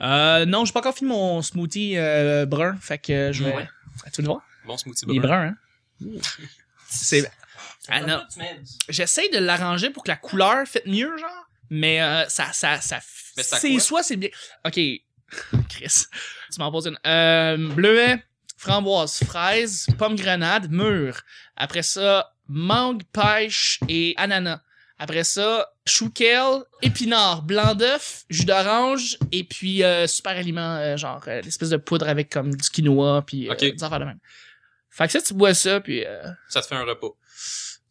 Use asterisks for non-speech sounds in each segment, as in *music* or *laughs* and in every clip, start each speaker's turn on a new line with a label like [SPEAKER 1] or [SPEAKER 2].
[SPEAKER 1] Euh, non, j'ai pas encore fini mon smoothie euh, brun, fait que je vais...
[SPEAKER 2] Ouais.
[SPEAKER 1] Tu le vois?
[SPEAKER 2] Bon smoothie
[SPEAKER 1] Il est
[SPEAKER 2] brun.
[SPEAKER 1] brun, hein? C'est... Ah non.
[SPEAKER 3] Tu mets du-
[SPEAKER 1] J'essaie de l'arranger pour que la couleur fitte mieux, genre. Mais euh, ça, ça, ça.
[SPEAKER 2] Mais ça
[SPEAKER 1] c'est
[SPEAKER 2] quoi?
[SPEAKER 1] soit c'est bien. Ok, *laughs* Chris, tu m'en poses une. Euh, bleuet, framboise, fraise, pomme grenade, mûre. Après ça, mangue, pêche et ananas. Après ça, chou kale, épinard, blanc d'œuf, jus d'orange et puis euh, super aliment euh, genre euh, l'espèce de poudre avec comme du quinoa puis euh,
[SPEAKER 2] Ok.
[SPEAKER 1] des affaires de même. Fait que ça tu bois ça puis euh,
[SPEAKER 2] Ça te fait un repas.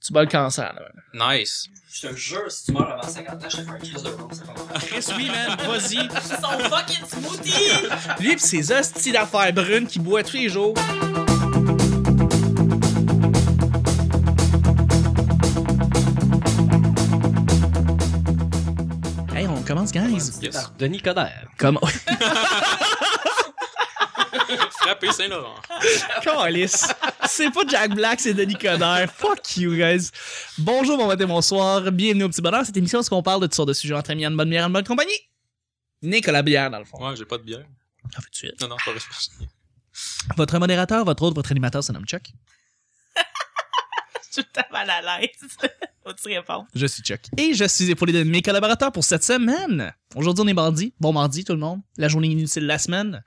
[SPEAKER 1] tu bats le cancer. Là.
[SPEAKER 2] Nice.
[SPEAKER 3] Je te jure, si tu meurs avant 50 ans, je te fais un kiss de bronze.
[SPEAKER 1] Chris, oui, man, vas-y.
[SPEAKER 3] Son fucking smoothie!
[SPEAKER 1] Lui pis ses hosties d'affaires brunes qui boit tous les jours. Hey, on commence, guys.
[SPEAKER 2] Yes.
[SPEAKER 4] Denis Coderre.
[SPEAKER 1] Comme...
[SPEAKER 2] Frappé Saint-Laurent.
[SPEAKER 1] *laughs* Calice. C'est pas Jack Black, c'est Denis Coderre. Fuck you, guys. Bonjour, bon matin, bonsoir. Bienvenue au Petit Bonheur. Cette émission, où est-ce qu'on parle de toutes sortes de sujets entre amis, en bonne bière, en bonne compagnie? Nicolas Bière, dans le fond.
[SPEAKER 2] Ouais, j'ai pas de bière.
[SPEAKER 1] En fait, tu es.
[SPEAKER 2] Non, non, c'est pas vrai. c'est
[SPEAKER 1] Ah,
[SPEAKER 2] pas vrai.
[SPEAKER 1] Votre modérateur, votre autre, votre animateur, se nomme Chuck.
[SPEAKER 5] Je suis *laughs* tout mal à l'aise. *laughs* Faut-tu répondre?
[SPEAKER 1] Je suis Chuck. Et je suis épaulé de mes collaborateurs pour cette semaine. Aujourd'hui, on est mardi. Bon mardi, tout le monde. La journée inutile de la semaine.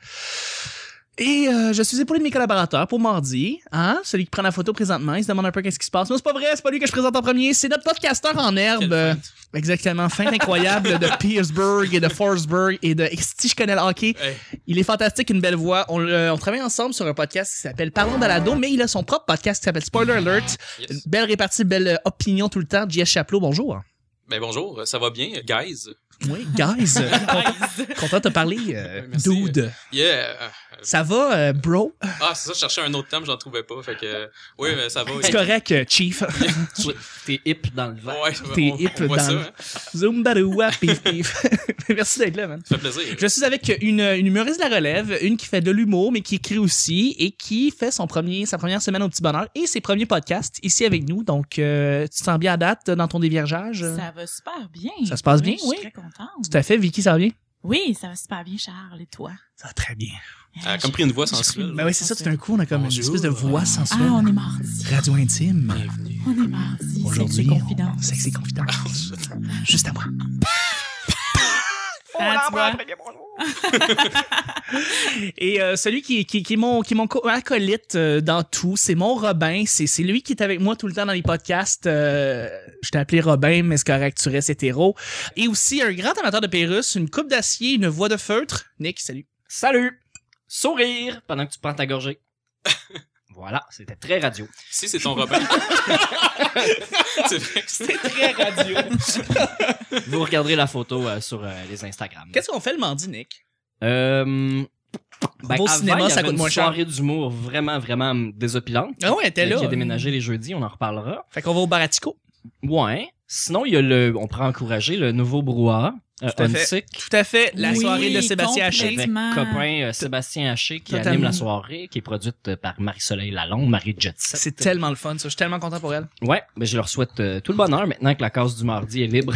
[SPEAKER 1] Et euh, je suis épaulé de mes collaborateurs pour mardi. Hein? Celui qui prend la photo présentement, il se demande un peu qu'est-ce qui se passe. Mais c'est pas vrai, c'est pas lui que je présente en premier. C'est notre podcasteur en herbe.
[SPEAKER 2] Quelle
[SPEAKER 1] Euh,
[SPEAKER 2] fête.
[SPEAKER 1] Exactement. Fin incroyable de Pierceburg et de Forsberg et de... Si je connais le hockey,
[SPEAKER 2] Hey,
[SPEAKER 1] il est fantastique, une belle voix. On, le- on travaille ensemble sur un podcast qui s'appelle Parlons d'Alado, mais il a son propre podcast qui s'appelle Spoiler Alert. Une
[SPEAKER 2] yes.
[SPEAKER 1] belle répartie, belle euh, opinion tout le temps. J.S. Chaplot, bonjour.
[SPEAKER 2] Ben bonjour, ça va bien, guys?
[SPEAKER 1] Oui, *laughs* guys, euh, content- content de te parler, euh,
[SPEAKER 2] Ouais, merci.
[SPEAKER 1] dude.
[SPEAKER 2] Yeah!
[SPEAKER 1] Ça va, euh, bro?
[SPEAKER 2] Ah, c'est ça, je cherchais un autre terme, j'en trouvais pas. Fait que, euh, oui, mais ça va.
[SPEAKER 1] C'est correct, euh, chief. *laughs*
[SPEAKER 4] T'es hip dans le vent.
[SPEAKER 2] Ouais, ça va,
[SPEAKER 1] T'es
[SPEAKER 2] on,
[SPEAKER 1] hip
[SPEAKER 2] on voit
[SPEAKER 1] dans
[SPEAKER 2] ça,
[SPEAKER 1] le-
[SPEAKER 2] hein.
[SPEAKER 1] Zoom, badoua, pif, pif. *laughs* Merci d'être là, man.
[SPEAKER 2] Ça fait plaisir.
[SPEAKER 1] Je suis avec une, une humoriste de la relève, une qui fait de l'humour, mais qui écrit aussi et qui fait son premier, sa première semaine au petit bonheur et ses premiers podcasts ici avec nous. Donc, euh, tu te sens bien à date dans ton déviergeage?
[SPEAKER 5] Ça va super bien.
[SPEAKER 1] Ça se passe bien,
[SPEAKER 5] Je
[SPEAKER 1] oui.
[SPEAKER 5] suis très contente.
[SPEAKER 1] Tout à fait, Vicky, ça va bien?
[SPEAKER 5] Oui, ça va super bien, Charles, et toi?
[SPEAKER 1] Ça va très bien.
[SPEAKER 2] Elle a Euh, comme pris une voix sensuelle.
[SPEAKER 1] Ben oui, c'est ça, tout d'un coup, on a comme une
[SPEAKER 2] Bonjour.
[SPEAKER 1] espèce de voix
[SPEAKER 5] Ah,
[SPEAKER 1] sensuelle.
[SPEAKER 5] on est mardi.
[SPEAKER 1] Radio intime.
[SPEAKER 2] Bienvenue.
[SPEAKER 5] On est mardi.
[SPEAKER 1] Aujourd'hui,
[SPEAKER 5] c'est
[SPEAKER 1] on-
[SPEAKER 5] confident.
[SPEAKER 1] Sexy confident. Juste à moi.
[SPEAKER 5] Ah, tu vois?
[SPEAKER 1] Et euh, celui qui, qui, qui est mon, qui est mon co- acolyte euh, dans tout, c'est mon Robin. C'est, c'est lui qui est avec moi tout le temps dans les podcasts. Euh, je t'ai appelé Robin, mais c'est correct, tu restes hétéro. Et aussi un grand amateur de Pérus, une coupe d'acier, une voix de feutre. Nick, salut.
[SPEAKER 4] Salut! Sourire pendant que tu prends ta
[SPEAKER 1] *laughs*
[SPEAKER 4] gorgée. voilà, c'était très radio.
[SPEAKER 2] Si c'est
[SPEAKER 1] *laughs*
[SPEAKER 2] ton Robin. c'est vrai que c'est-
[SPEAKER 1] Très radio.
[SPEAKER 4] Vous regarderez la photo euh, sur euh, les Instagram.
[SPEAKER 1] Qu'est-ce qu'on fait le mardi, Nick?
[SPEAKER 4] Euh, ben,
[SPEAKER 1] Va au
[SPEAKER 4] avant,
[SPEAKER 1] cinéma,
[SPEAKER 4] il y
[SPEAKER 1] ça
[SPEAKER 4] avait
[SPEAKER 1] coûte
[SPEAKER 4] une
[SPEAKER 1] moins cher.
[SPEAKER 4] soirée d'humour vraiment, vraiment hum, désopilante. euh,
[SPEAKER 1] Ah ouais, elle était là.
[SPEAKER 4] Qui a déménagé les jeudis, on en reparlera.
[SPEAKER 1] Fait qu'on va au Baratico.
[SPEAKER 4] Ouais. Sinon, il y a le, on prend encourager le nouveau brouhaha. euh,
[SPEAKER 1] Tout à fait.
[SPEAKER 4] Onsic,
[SPEAKER 1] Tout à fait. La
[SPEAKER 5] Oui,
[SPEAKER 1] soirée de Sébastien Haché.
[SPEAKER 4] Avec
[SPEAKER 5] Complètement.
[SPEAKER 4] copain euh, Sébastien Haché qui
[SPEAKER 1] Totalement.
[SPEAKER 4] anime la soirée, qui est produite euh, par Marie-Soleil Lalonde, Marie Jetset.
[SPEAKER 1] C'est tellement le fun, ça. Je suis tellement content pour elle.
[SPEAKER 4] Ouais, ben je leur souhaite euh, tout le bonheur maintenant que la case du mardi est libre.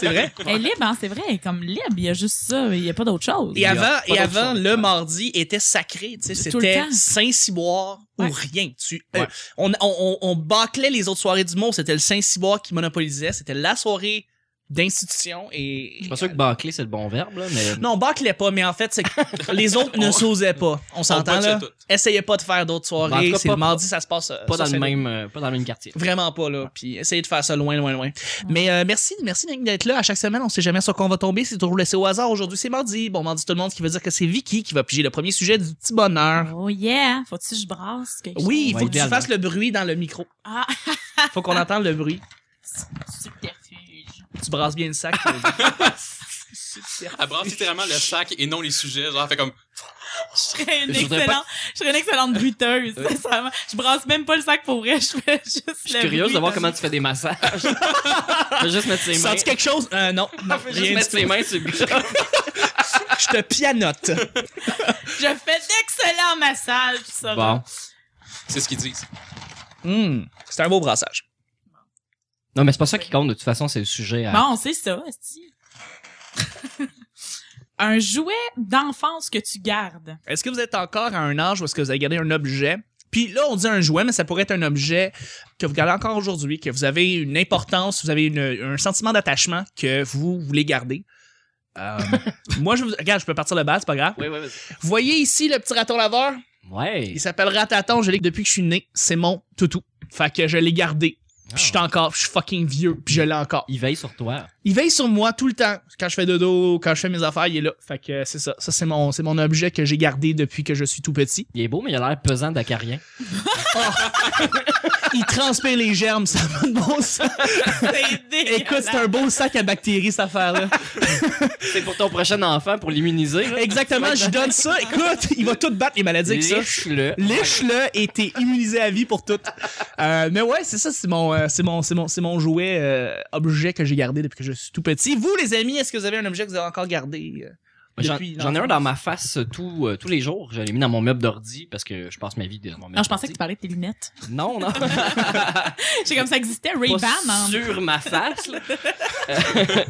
[SPEAKER 1] C'est vrai?
[SPEAKER 5] Elle est libre, hein, c'est vrai. Elle est comme libre. Il y a juste ça. Il n'y a pas d'autre chose.
[SPEAKER 1] Et avant,
[SPEAKER 4] pas
[SPEAKER 1] et
[SPEAKER 4] d'autre
[SPEAKER 1] avant
[SPEAKER 4] chose.
[SPEAKER 1] le mardi était sacré, tu sais,
[SPEAKER 5] Tout le
[SPEAKER 1] c'était
[SPEAKER 5] temps.
[SPEAKER 1] Saint-Cyboire
[SPEAKER 5] Ouais.
[SPEAKER 1] ou rien. Tu, euh,
[SPEAKER 4] Ouais.
[SPEAKER 1] on, on, on, on bâclait les autres soirées du monde, c'était le Saint-Cyboire qui monopolisait, c'était la soirée d'institution et...
[SPEAKER 4] Je suis pas sûr que bâclé c'est le bon verbe, là, mais.
[SPEAKER 1] Non, on bâclait pas, mais en fait, c'est que les autres
[SPEAKER 4] *laughs*
[SPEAKER 1] ne
[SPEAKER 2] On-
[SPEAKER 1] s'osaient pas. On s'entend
[SPEAKER 2] botchait
[SPEAKER 1] là.
[SPEAKER 2] tout.
[SPEAKER 1] Essayez pas de faire d'autres
[SPEAKER 4] Ben, en
[SPEAKER 1] soirées.
[SPEAKER 4] tout cas,
[SPEAKER 1] C'est
[SPEAKER 4] pas-
[SPEAKER 1] le mardi, ça se passe. euh,
[SPEAKER 4] Pas
[SPEAKER 1] ça,
[SPEAKER 4] dans,
[SPEAKER 1] c'est-
[SPEAKER 4] le même, euh, pas dans le même quartier.
[SPEAKER 1] Vraiment pas, là. Puis essayez de faire ça loin, loin, loin. Mais euh, merci, merci Nick, d'être là. À chaque semaine, on sait jamais sur quoi on va tomber. C'est toujours laissé au hasard. Aujourd'hui, c'est mardi. Bon, mardi tout le monde, ce qui veut dire que c'est Vicky qui va piger le premier sujet du petit bonheur.
[SPEAKER 5] Oh yeah. Faut-tu que je brasse quelque
[SPEAKER 1] Oui, il
[SPEAKER 5] chose?
[SPEAKER 1] faut
[SPEAKER 4] Ouais,
[SPEAKER 1] que tu
[SPEAKER 4] idéalement.
[SPEAKER 1] fasses le bruit dans le micro.
[SPEAKER 5] Ah, *laughs*
[SPEAKER 1] Faut *laughs* qu'on entende le bruit.
[SPEAKER 5] subterfuge.
[SPEAKER 1] Tu brasses bien le sac. *laughs*
[SPEAKER 2] Elle brasse littéralement le sac et non les sujets. Genre, elle fait comme.
[SPEAKER 5] Je serais une
[SPEAKER 4] Je voudrais pas Euh,
[SPEAKER 5] excellente, je serais une excellente bruteuse. sincèrement. Je brasse même pas le sac pour vrai, *laughs* je fais juste
[SPEAKER 4] Je suis curieuse de voir comment tu fais des massages. Je vais juste mettre ses mains.
[SPEAKER 1] Sens-tu quelque chose? Euh, non. non,
[SPEAKER 4] Je
[SPEAKER 1] *laughs*
[SPEAKER 4] vais
[SPEAKER 1] rien
[SPEAKER 4] juste
[SPEAKER 1] du
[SPEAKER 4] mettre ses
[SPEAKER 1] tout.
[SPEAKER 4] mains sur le bouchon.
[SPEAKER 1] Je te pianote.
[SPEAKER 5] Je fais d'excellents massages, ça.
[SPEAKER 4] Bon.
[SPEAKER 2] C'est ce qu'ils disent.
[SPEAKER 1] *laughs* Hmm, C'est un beau brassage.
[SPEAKER 4] Non, mais c'est pas ça qui compte. De toute façon, c'est le sujet à.
[SPEAKER 5] Bon, c'est ça, esti. *laughs* Un jouet d'enfance que tu gardes.
[SPEAKER 1] Est-ce que vous êtes encore à un âge où est-ce que vous avez gardé un objet? Puis là, on dit un jouet, mais ça pourrait être un objet que vous gardez encore aujourd'hui, que vous avez une importance, vous avez une- un sentiment d'attachement que vous voulez garder. Euh, moi, je vous... Regarde, je peux partir de base, c'est pas grave.
[SPEAKER 4] Oui, oui, oui.
[SPEAKER 1] Vous voyez ici le petit raton laveur?
[SPEAKER 4] Ouais.
[SPEAKER 1] Il s'appelle Rataton, je l'ai depuis que je suis né. C'est mon toutou. Fait que je l'ai gardé. Puis je suis encore, je suis fucking vieux, puis je l'ai encore.
[SPEAKER 4] Ah. Il veille sur toi.
[SPEAKER 1] Il veille sur moi tout le temps. Quand je fais dodo, quand je fais mes affaires, il est là. Fait que euh, c'est ça. Ça, c'est mon, c'est mon objet que j'ai gardé depuis que je suis tout petit.
[SPEAKER 4] Il est beau, mais il a l'air pesant d'acarien.
[SPEAKER 1] Il transpire les germes, ça va de bon sens.
[SPEAKER 5] *laughs* C'est
[SPEAKER 1] *laughs*
[SPEAKER 5] dégueulasse.
[SPEAKER 1] Écoute, c'est un beau sac à bactéries, cette affaire-là.
[SPEAKER 4] C'est pour ton prochain enfant, pour l'immuniser. là.
[SPEAKER 1] *laughs* Exactement, je donne ça. Écoute, il va tout battre les maladies avec ça.
[SPEAKER 4] Liche-le.
[SPEAKER 1] Liche-le et t'es immunisé à vie pour tout. Euh, mais ouais, c'est ça, c'est mon, euh, c'est mon, c'est mon, c'est mon jouet, euh, objet que j'ai gardé depuis que je suis tout petit. Vous, les amis, est-ce que vous avez un objet que vous avez encore gardé? euh,
[SPEAKER 4] J'en
[SPEAKER 1] depuis
[SPEAKER 4] j'en ai un
[SPEAKER 1] l'enfance?
[SPEAKER 4] dans ma face euh, tout, euh, tous les jours. Je l'ai mis dans mon meuble d'ordi parce que je passe ma vie dans mon meuble
[SPEAKER 5] Non, je pensais
[SPEAKER 4] d'ordi.
[SPEAKER 5] que tu parlais de tes lunettes.
[SPEAKER 4] Non, *laughs*
[SPEAKER 5] *laughs*
[SPEAKER 4] non.
[SPEAKER 5] J'ai comme ça existait, Ray-Ban.
[SPEAKER 4] Pas
[SPEAKER 5] hein.
[SPEAKER 4] sur ma face. là. *laughs*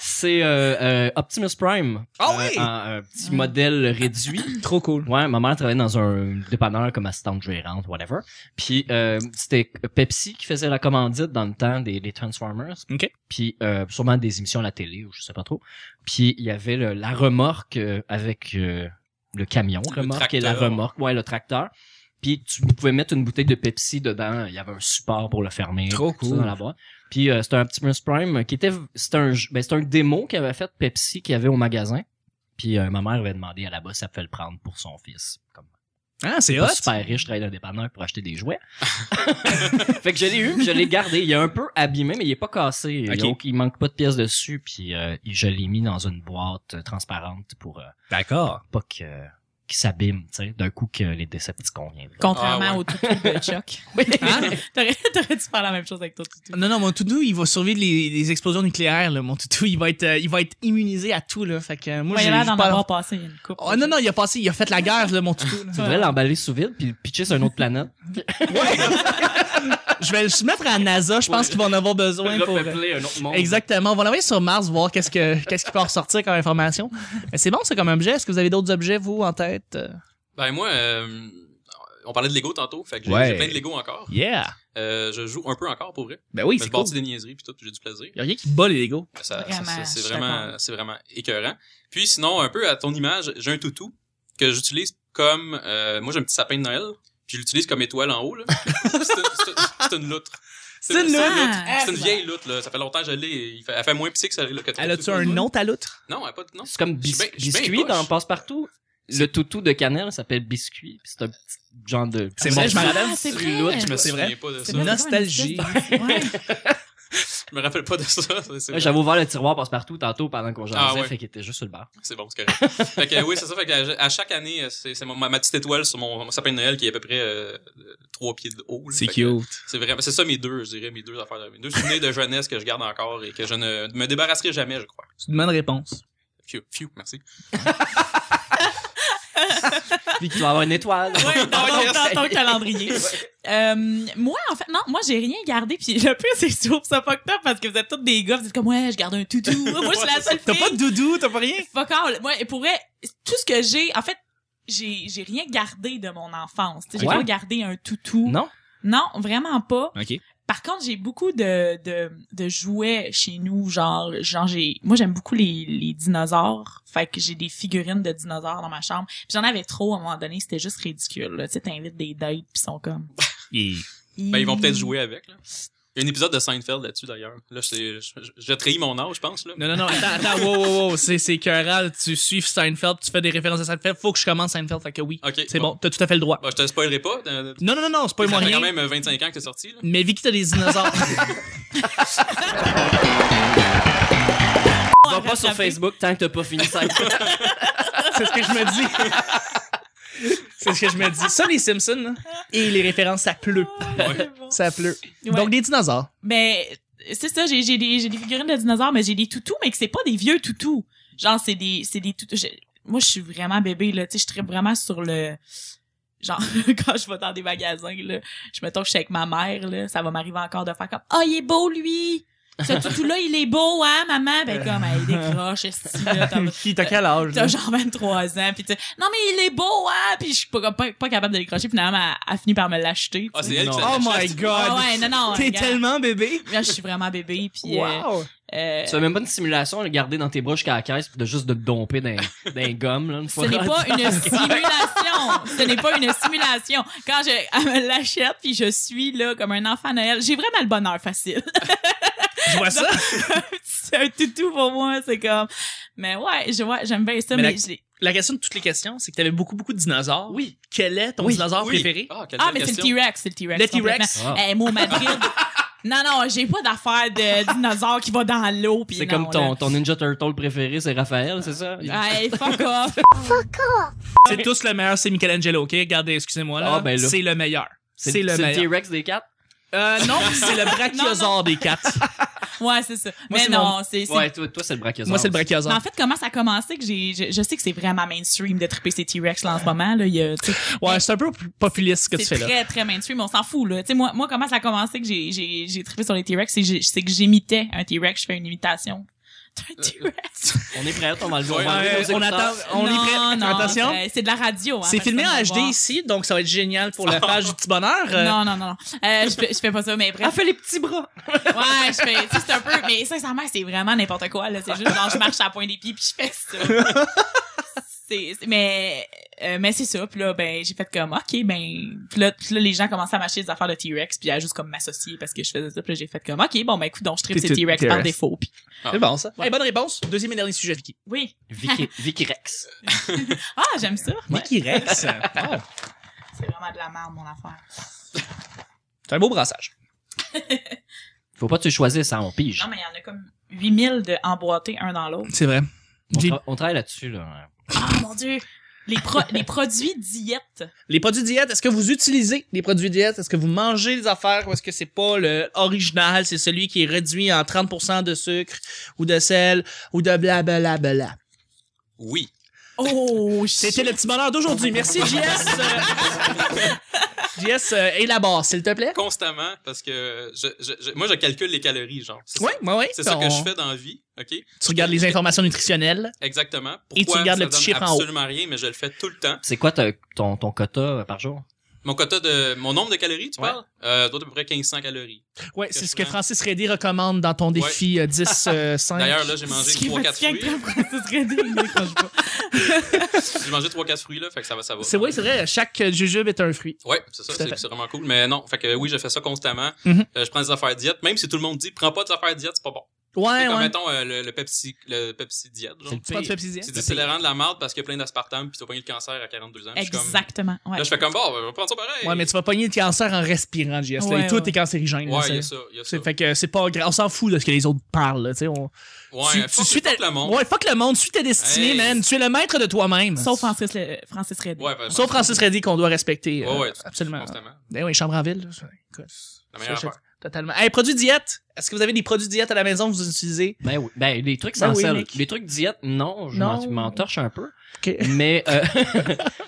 [SPEAKER 4] c'est euh, euh, Optimus Prime.
[SPEAKER 1] Ah
[SPEAKER 4] Euh,
[SPEAKER 1] oui!
[SPEAKER 4] un, un petit modèle réduit.
[SPEAKER 1] Trop cool.
[SPEAKER 4] Ouais, ma mère travaillait dans un dépanneur comme assistante gérante, whatever. Puis euh, c'était Pepsi qui faisait la commandite dans le temps des, des Transformers.
[SPEAKER 1] Ok.
[SPEAKER 4] Puis euh, sûrement des émissions à la télé ou je sais pas trop. Puis il y avait le- la remorque euh, avec euh, le camion, remorque et la
[SPEAKER 2] tracteur.
[SPEAKER 4] remorque, ouais, le tracteur. Puis tu pouvais mettre une bouteille de Pepsi dedans, il y avait un support pour le fermer.
[SPEAKER 1] Trop
[SPEAKER 4] tout ça
[SPEAKER 1] cool.
[SPEAKER 4] dans la boîte. Puis euh, c'était un petit Optimus Prime euh, qui était c'était un jeu- ben, c'était un démo qu'avait fait Pepsi qu'il y avait au magasin. Puis euh, ma mère avait demandé à la boss si elle pouvait le prendre pour son fils. Comme
[SPEAKER 1] Ah, c'est
[SPEAKER 4] pas
[SPEAKER 1] hot.
[SPEAKER 4] super riche, travaille dans un dépanneur pour acheter des jouets. *laughs* fait que je l'ai eu, puis je l'ai gardé. Il est un peu abîmé, mais il est pas cassé.
[SPEAKER 1] Ok.
[SPEAKER 4] Donc il manque pas de pièces dessus. Puis euh, je l'ai mis dans une boîte euh, transparente pour euh,
[SPEAKER 1] D'accord.
[SPEAKER 4] pas que qu'il s'abîme, tu sais, d'un coup que les Decepticons viennent.
[SPEAKER 5] Contrairement
[SPEAKER 2] Ah ouais.
[SPEAKER 5] au toutou
[SPEAKER 1] *laughs*
[SPEAKER 5] de Chuck. *laughs* Hein? T'aurais t'aurais dû faire la même chose avec ton toutou.
[SPEAKER 1] Non, non, mon toutou, il va survivre les, les explosions nucléaires, là. Mon toutou, il va être, euh, il va être immunisé à tout, là. Fait que, euh, moi,
[SPEAKER 5] Ouais,
[SPEAKER 1] j'ai-
[SPEAKER 5] il a l'air
[SPEAKER 1] j'ai
[SPEAKER 5] d'en
[SPEAKER 1] pas-
[SPEAKER 5] avoir passé une coupe.
[SPEAKER 1] Oh, non, non, il a passé, il a fait la guerre, là, mon toutou, là.
[SPEAKER 4] Tu
[SPEAKER 5] Ah.
[SPEAKER 4] devrais l'emballer sous vide puis le pitcher sur une autre planète.
[SPEAKER 1] Je vais le soumettre à la NASA, je pense qu'ils vont en avoir besoin pour. euh,
[SPEAKER 4] Repeupler un autre monde.
[SPEAKER 1] Exactement. On va l'envoyer sur Mars, voir qu'est-ce que qu'est-ce qui peut ressortir comme information. Mais c'est bon, c'est comme objet. Est-ce que vous avez d'autres objets, vous, en tête? Euh,
[SPEAKER 2] Ben moi, euh, on parlait de Lego tantôt, fait que j'ai
[SPEAKER 1] Ouais.
[SPEAKER 2] j'ai plein de Lego encore.
[SPEAKER 1] Yeah!
[SPEAKER 2] Euh, je joue un peu encore pour vrai.
[SPEAKER 1] Ben oui,
[SPEAKER 2] Mais
[SPEAKER 1] c'est
[SPEAKER 2] je
[SPEAKER 1] cool.
[SPEAKER 2] bâtis des niaiseries puis tout, puis j'ai du plaisir.
[SPEAKER 1] Y a rien qui bat les Lego.
[SPEAKER 2] Ça- ça-
[SPEAKER 5] Vraiment,
[SPEAKER 2] ça- c'est
[SPEAKER 5] je suis
[SPEAKER 2] vraiment,
[SPEAKER 5] d'accord.
[SPEAKER 2] c'est vraiment écœurant. Puis sinon, un peu à ton image, j'ai un toutou que j'utilise comme, euh, moi j'ai un petit sapin de Noël, puis je l'utilise comme étoile en haut là. *laughs* c'est, une- c'est une- c'est une loutre.
[SPEAKER 1] C'est une loutre.
[SPEAKER 5] Ah,
[SPEAKER 2] C'est une vieille loutre là. Ça fait longtemps que je l'ai. il fait- Elle fait moins pissé que celle-là que toi.
[SPEAKER 1] Elle a-tu un nom, ta loutre?
[SPEAKER 2] Non, elle a pas de nom.
[SPEAKER 4] C'est comme bis-
[SPEAKER 2] Je suis bien- je suis bien
[SPEAKER 4] biscuit
[SPEAKER 2] poche.
[SPEAKER 4] dans Passe-Partout. Le toutou de cannelle s'appelle biscuit. C'est un petit genre de.
[SPEAKER 1] C'est vrai, je m'en rappelle.
[SPEAKER 5] Ah, c'est
[SPEAKER 4] Sur
[SPEAKER 5] vrai.
[SPEAKER 4] l'autre, je
[SPEAKER 2] Je me
[SPEAKER 1] C'est vrai.
[SPEAKER 2] souviens pas de ça.
[SPEAKER 5] C'est vrai,
[SPEAKER 1] Nostalgie.
[SPEAKER 5] c'est vraiment une espèce de- Ouais.
[SPEAKER 2] Je me rappelle pas de ça. C'est- c'est
[SPEAKER 4] Ouais, J'avais ouvert le tiroir passe-partout tantôt pendant qu'on jasait,
[SPEAKER 2] Ah ouais.
[SPEAKER 4] fait qu'il était juste sur le bar.
[SPEAKER 2] C'est bon, c'est
[SPEAKER 5] *laughs*
[SPEAKER 2] correct. fait que, euh, oui, c'est ça. Fait que, euh, à chaque année, euh, c'est c'est mon- ma, ma petite étoile sur mon, mon sapin de Noël qui est à peu près euh, euh, trois pieds de haut. là. Fait que, euh, C'est vraiment, c'est ça mes deux, je dirais, mes deux affaires, mes deux souvenirs de jeunesse que je garde encore et que je ne me débarrasserai jamais, je crois.
[SPEAKER 1] C'est une bonne réponse.
[SPEAKER 2] Phew, phew, merci.
[SPEAKER 4] *laughs* Puis tu vas avoir une étoile. *laughs*
[SPEAKER 5] Ouais, dans,
[SPEAKER 2] Ah,
[SPEAKER 5] ton-
[SPEAKER 2] yes.
[SPEAKER 5] dans ton *laughs* calendrier. Euh, moi, en fait, non, moi, j'ai rien gardé. Puis le plus, c'est que je trouve ça fucked up parce que vous êtes tous des gars. Vous êtes comme, ouais, je garde un toutou. Moi, je suis la seule
[SPEAKER 1] T'as
[SPEAKER 5] fille.
[SPEAKER 1] pas de doudou, t'as pas rien?
[SPEAKER 5] Fuck all. Moi, et pour vrai, tout ce que j'ai, en fait, j'ai, j'ai rien gardé de mon enfance. Tu sais, J'ai
[SPEAKER 4] Ouais.
[SPEAKER 5] pas gardé un toutou.
[SPEAKER 4] *laughs* Non?
[SPEAKER 5] Non, vraiment pas.
[SPEAKER 1] OK.
[SPEAKER 5] Par contre, j'ai beaucoup de, de, de jouets chez nous, genre, genre j'ai, moi j'aime beaucoup les, les dinosaures, fait que j'ai des figurines de dinosaures dans ma chambre. Puis J'en avais trop à un moment donné, c'était juste ridicule. Là. Tu sais, t'invites des dates puis ils sont comme.
[SPEAKER 2] Ben, ils vont peut-être
[SPEAKER 5] *laughs*
[SPEAKER 2] jouer avec, là. Il y a un épisode de Seinfeld là-dessus, d'ailleurs. Là, c'est- je, je, je trahis mon âge, je pense, là.
[SPEAKER 1] Non, non, non, attends, attends, wow, wow, wow, c'est, c'est écœurant, tu suis Seinfeld, tu fais des références à Seinfeld, faut que je commence Seinfeld, fait que oui,
[SPEAKER 2] Ok.
[SPEAKER 1] c'est bon, t'as tout à fait le droit.
[SPEAKER 2] Bon, je te spoilerai pas. euh,
[SPEAKER 1] Non, non, non, non, c'est pas moi
[SPEAKER 2] ça fait quand
[SPEAKER 1] rien,
[SPEAKER 2] même euh, 25 ans que t'es sorti, là.
[SPEAKER 1] mais Vicky, t'as des dinosaures.
[SPEAKER 4] Va pas sur Facebook tant que t'as pas fini *laughs* ça.
[SPEAKER 1] c'est ce que je me dis. *laughs* c'est ce que je me dis. Ça, les Simpsons, là, et les références, ça pleut, ça pleut. Donc, des dinosaures.
[SPEAKER 5] Mais c'est ça, j'ai, j'ai, des, j'ai des figurines de dinosaures, mais j'ai des toutous, mais que c'est pas des vieux toutous. Genre, c'est des, c'est des toutous. j'ai- Moi, je suis vraiment bébé, là. Tu sais, je tripe vraiment sur le. Genre, *laughs* quand je vais dans des magasins, là, je me que je suis avec ma mère, là, ça va m'arriver encore de faire comme, ah, il est beau, lui! Ce toutou-là, il est beau, hein, maman? Ben, comme, elle décroche, est là, t'as
[SPEAKER 1] *laughs*
[SPEAKER 6] Qui, t'as quel âge?
[SPEAKER 5] T'as
[SPEAKER 6] là?
[SPEAKER 5] genre 23 ans, pis tu non mais il est beau, hein, pis je suis pas, pas, pas capable de décrocher, finalement, elle, elle finit par me l'acheter.
[SPEAKER 2] Ah,
[SPEAKER 5] tu
[SPEAKER 2] c'est
[SPEAKER 5] sais.
[SPEAKER 2] elle qui
[SPEAKER 6] Oh
[SPEAKER 2] s'en
[SPEAKER 6] my god!
[SPEAKER 5] Ah ouais, non, non,
[SPEAKER 6] T'es
[SPEAKER 5] regarde.
[SPEAKER 6] tellement bébé!
[SPEAKER 5] Là, je suis vraiment bébé, pis euh,
[SPEAKER 6] Wow!
[SPEAKER 5] euh,
[SPEAKER 4] Tu fais même pas une simulation, le garder dans tes bras jusqu'à la caisse, puis de juste de te domper d'un gomme, là, une
[SPEAKER 5] ce
[SPEAKER 4] fois
[SPEAKER 5] n'est
[SPEAKER 4] rendu.
[SPEAKER 5] pas une simulation. ce n'est pas une simulation. Quand je, elle me l'achète, puis je suis là comme un enfant Noël, j'ai vraiment le bonheur facile. *laughs*
[SPEAKER 6] Je vois ça!
[SPEAKER 5] c'est un toutou pour moi, c'est comme... Mais ouais, je vois, j'aime bien ça,
[SPEAKER 1] Mais
[SPEAKER 5] mais,
[SPEAKER 1] la-
[SPEAKER 5] j'ai-
[SPEAKER 1] La question de toutes les questions, c'est que t'avais beaucoup, beaucoup de dinosaures.
[SPEAKER 4] *laughs* Oui.
[SPEAKER 1] Quel est ton
[SPEAKER 4] Oui.
[SPEAKER 1] dinosaure
[SPEAKER 2] Oui.
[SPEAKER 1] préféré?
[SPEAKER 2] Ah, quelle
[SPEAKER 5] Ah,
[SPEAKER 2] belle
[SPEAKER 5] mais c'est le
[SPEAKER 2] question.
[SPEAKER 5] T-Rex, c'est le T-Rex.
[SPEAKER 1] Le T-Rex.
[SPEAKER 4] Ah.
[SPEAKER 5] Eh, moi, au Madrid. non, non, j'ai pas d'affaire de dinosaure qui va dans l'eau. puis
[SPEAKER 4] C'est
[SPEAKER 5] non,
[SPEAKER 4] comme ton,
[SPEAKER 5] là.
[SPEAKER 4] ton Ninja Turtle préféré, c'est Raphaël, c'est ça?
[SPEAKER 5] Hey, fuck off.
[SPEAKER 1] C'est tous le meilleur, c'est Michelangelo, ok? Regardez, excusez-moi là.
[SPEAKER 4] Ah, ben là.
[SPEAKER 1] C'est le meilleur. C'est le
[SPEAKER 4] C'est
[SPEAKER 1] meilleur.
[SPEAKER 4] T-Rex des quatre?
[SPEAKER 1] Euh, non, c'est le brachiosaure des quatre.
[SPEAKER 5] Ouais, c'est ça.
[SPEAKER 1] Moi,
[SPEAKER 5] mais
[SPEAKER 1] c'est
[SPEAKER 5] non, c'est. c'est-
[SPEAKER 4] Ouais, toi, toi c'est le brachiosaure.
[SPEAKER 1] Moi, c'est le
[SPEAKER 5] Mais en
[SPEAKER 1] brachiosaure.
[SPEAKER 5] fait, comment ça a commencé que j'ai, je, je sais que c'est vraiment mainstream de triper ces T-Rex là en ce moment là, il y a, tu sais,
[SPEAKER 1] Ouais, c'est un peu populiste ce que tu
[SPEAKER 5] c'est
[SPEAKER 1] fais là.
[SPEAKER 5] très très mainstream, on s'en fout là. Tu sais moi, moi comment ça a commencé que j'ai j'ai j'ai trippé sur les T-Rex, c'est, que j'ai- c'est que j'imitais un T-Rex, je fais une imitation d'un T-Rex.
[SPEAKER 4] On est prêts, on va le
[SPEAKER 2] Ouais,
[SPEAKER 4] voir.
[SPEAKER 1] Euh, on attend, *laughs* on est
[SPEAKER 5] Non,
[SPEAKER 1] prêt.
[SPEAKER 5] non,
[SPEAKER 1] Attention.
[SPEAKER 5] c'est- C'est de la radio. hein,
[SPEAKER 1] C'est filmé en
[SPEAKER 5] personne
[SPEAKER 1] HD
[SPEAKER 5] va voir.
[SPEAKER 1] ici, donc ça va être génial pour la page du petit bonheur. Euh, Ah,
[SPEAKER 5] Non, non, non. non. Euh, je, fais, je fais pas ça, mais bref.
[SPEAKER 4] fait les petits bras.
[SPEAKER 5] Ouais, je fais, tu sais, c'est un peu, mais sincèrement, c'est vraiment n'importe quoi, là. C'est juste genre, je marche à la pointe des pieds puis je fais ça. C'est, c'est- mais, euh, mais c'est ça. Puis là, ben, j'ai fait comme, OK, ben, puis là, puis là, les gens commençaient à m'acheter des affaires de T-Rex puis à juste comme m'associer parce que je faisais ça. Puis là, j'ai fait comme, OK, bon, ben, écoute, donc, je tripe
[SPEAKER 1] T'es
[SPEAKER 5] ces
[SPEAKER 1] tout
[SPEAKER 5] T-Rex par
[SPEAKER 1] T-Rex.
[SPEAKER 5] défaut. Puis,
[SPEAKER 1] C'est bon, ça. Hey, bonne réponse. Deuxième et dernier sujet, Vicky.
[SPEAKER 5] oui.
[SPEAKER 4] Ah. Vicky, Vicky Rex.
[SPEAKER 5] Ah, j'aime ça.
[SPEAKER 1] Vicky Rex. Wow.
[SPEAKER 5] C'est vraiment de la merde, mon affaire.
[SPEAKER 1] C'est un beau brassage.
[SPEAKER 4] Faut pas que tu choisisses, ça, on pige.
[SPEAKER 5] Non, mais il y en a comme 8000 de emboîtés un dans l'autre.
[SPEAKER 1] C'est vrai.
[SPEAKER 4] On,
[SPEAKER 1] J'ai-
[SPEAKER 4] tra- on travaille là-dessus, là.
[SPEAKER 5] Ah, mon Dieu. Les, pro- les produits diète.
[SPEAKER 1] Les produits diète, est-ce que vous utilisez des produits diète? Est-ce que vous mangez des affaires ou est-ce que c'est pas le original? C'est celui qui est réduit en 30% de sucre ou de sel ou de blablabla.
[SPEAKER 2] Oui.
[SPEAKER 5] Oh, shit.
[SPEAKER 1] *laughs* C'était le petit bonheur d'aujourd'hui. Merci, JS. euh, *laughs* JS, euh, élabore, s'il te plaît.
[SPEAKER 2] Constamment, parce que je, je, je- moi, je calcule les calories, genre. C'est
[SPEAKER 1] Oui,
[SPEAKER 2] ça-
[SPEAKER 1] oui, oui.
[SPEAKER 2] C'est ça que
[SPEAKER 1] On-
[SPEAKER 2] je fais dans la vie, OK?
[SPEAKER 1] Tu regardes les informations nutritionnelles.
[SPEAKER 2] Exactement.
[SPEAKER 1] Et tu regardes
[SPEAKER 2] ça
[SPEAKER 1] le petit
[SPEAKER 2] donne
[SPEAKER 1] chiffre en haut.
[SPEAKER 2] absolument rien, mais je le fais tout le temps.
[SPEAKER 4] C'est quoi ta- ton, ton quota par jour?
[SPEAKER 2] Mon quota de... Mon nombre de calories, tu parles? Euh, doit être à peu près 1500 calories.
[SPEAKER 1] Ouais, c'est ce que Francis Reddy recommande dans ton défi euh, 10
[SPEAKER 2] *laughs*
[SPEAKER 1] euh, 5.
[SPEAKER 2] D'ailleurs, là, j'ai mangé
[SPEAKER 5] Ce qui est
[SPEAKER 2] 3-4
[SPEAKER 5] fatigant
[SPEAKER 2] fruits.
[SPEAKER 5] que la Francis Reddy, il est comme-
[SPEAKER 2] J'ai mangé 3-4 fruits, là, fait que ça va, ça va.
[SPEAKER 1] C'est oui, c'est vrai, chaque euh, jujube est un fruit.
[SPEAKER 2] Ouais, c'est ça,
[SPEAKER 1] Tout à fait.
[SPEAKER 2] c'est c'est vraiment cool. Mais non, fait que oui, je fais ça constamment.
[SPEAKER 1] Mhm.
[SPEAKER 2] Euh, je prends des affaires diètes, même si tout le monde dit prends pas des affaires diètes, c'est pas bon. C'est
[SPEAKER 1] Ouais,
[SPEAKER 2] comme,
[SPEAKER 1] ouais.
[SPEAKER 2] mettons euh, le, le Pepsi le Pepsi diète, genre.
[SPEAKER 1] C'est pas du Pepsi Diet?
[SPEAKER 2] C'est décélérant de la marde parce qu'il y a plein d'aspartame puis t'as pogné le cancer à 42 ans. Puis je suis comme-
[SPEAKER 5] Exactement. Ouais.
[SPEAKER 2] Là, je fais comme bon, ben, on va prendre ça pareil.
[SPEAKER 1] Ouais, mais tu vas pogner le cancer en respirant, JS. là,
[SPEAKER 5] Ouais,
[SPEAKER 1] et tout
[SPEAKER 5] ouais.
[SPEAKER 1] est cancérigène. là,
[SPEAKER 2] Ouais,
[SPEAKER 1] c'est-
[SPEAKER 2] il y a ça, il y a ça.
[SPEAKER 1] c'est- fait que c'est pas grave. On s'en fout de ce que les autres parlent, là, tu sais. On...
[SPEAKER 2] Ouais,
[SPEAKER 1] tu-
[SPEAKER 2] fuck-
[SPEAKER 1] tu suis
[SPEAKER 2] fuck
[SPEAKER 1] ta-
[SPEAKER 2] le monde.
[SPEAKER 1] Ouais, fuck le monde, suis ta destinée,
[SPEAKER 2] Hey.
[SPEAKER 1] man. Tu es le maître de toi-même.
[SPEAKER 5] Sauf Francis, le- Francis Reddy.
[SPEAKER 2] euh, Ouais, ben,
[SPEAKER 1] Sauf Francis Reddy qu'on doit respecter. euh,
[SPEAKER 2] Ouais, ouais,
[SPEAKER 1] absolument.
[SPEAKER 2] constamment.
[SPEAKER 1] Eh oui, chambre en ville, là, c'est- écoute,
[SPEAKER 2] La meilleure
[SPEAKER 1] c'est-
[SPEAKER 2] affaire.
[SPEAKER 1] Totalement. Hey, produits diète. Est-ce que vous avez des produits diète à la maison que vous utilisez?
[SPEAKER 4] Ben oui. Ben, les trucs
[SPEAKER 1] Ben
[SPEAKER 4] sans
[SPEAKER 1] oui,
[SPEAKER 4] sel.
[SPEAKER 1] Nick.
[SPEAKER 4] Les trucs diète, non, je
[SPEAKER 1] Non.
[SPEAKER 4] m'en- je m'en torche un peu.
[SPEAKER 1] Ok.
[SPEAKER 4] Mais,
[SPEAKER 1] *laughs*
[SPEAKER 4] euh, *laughs*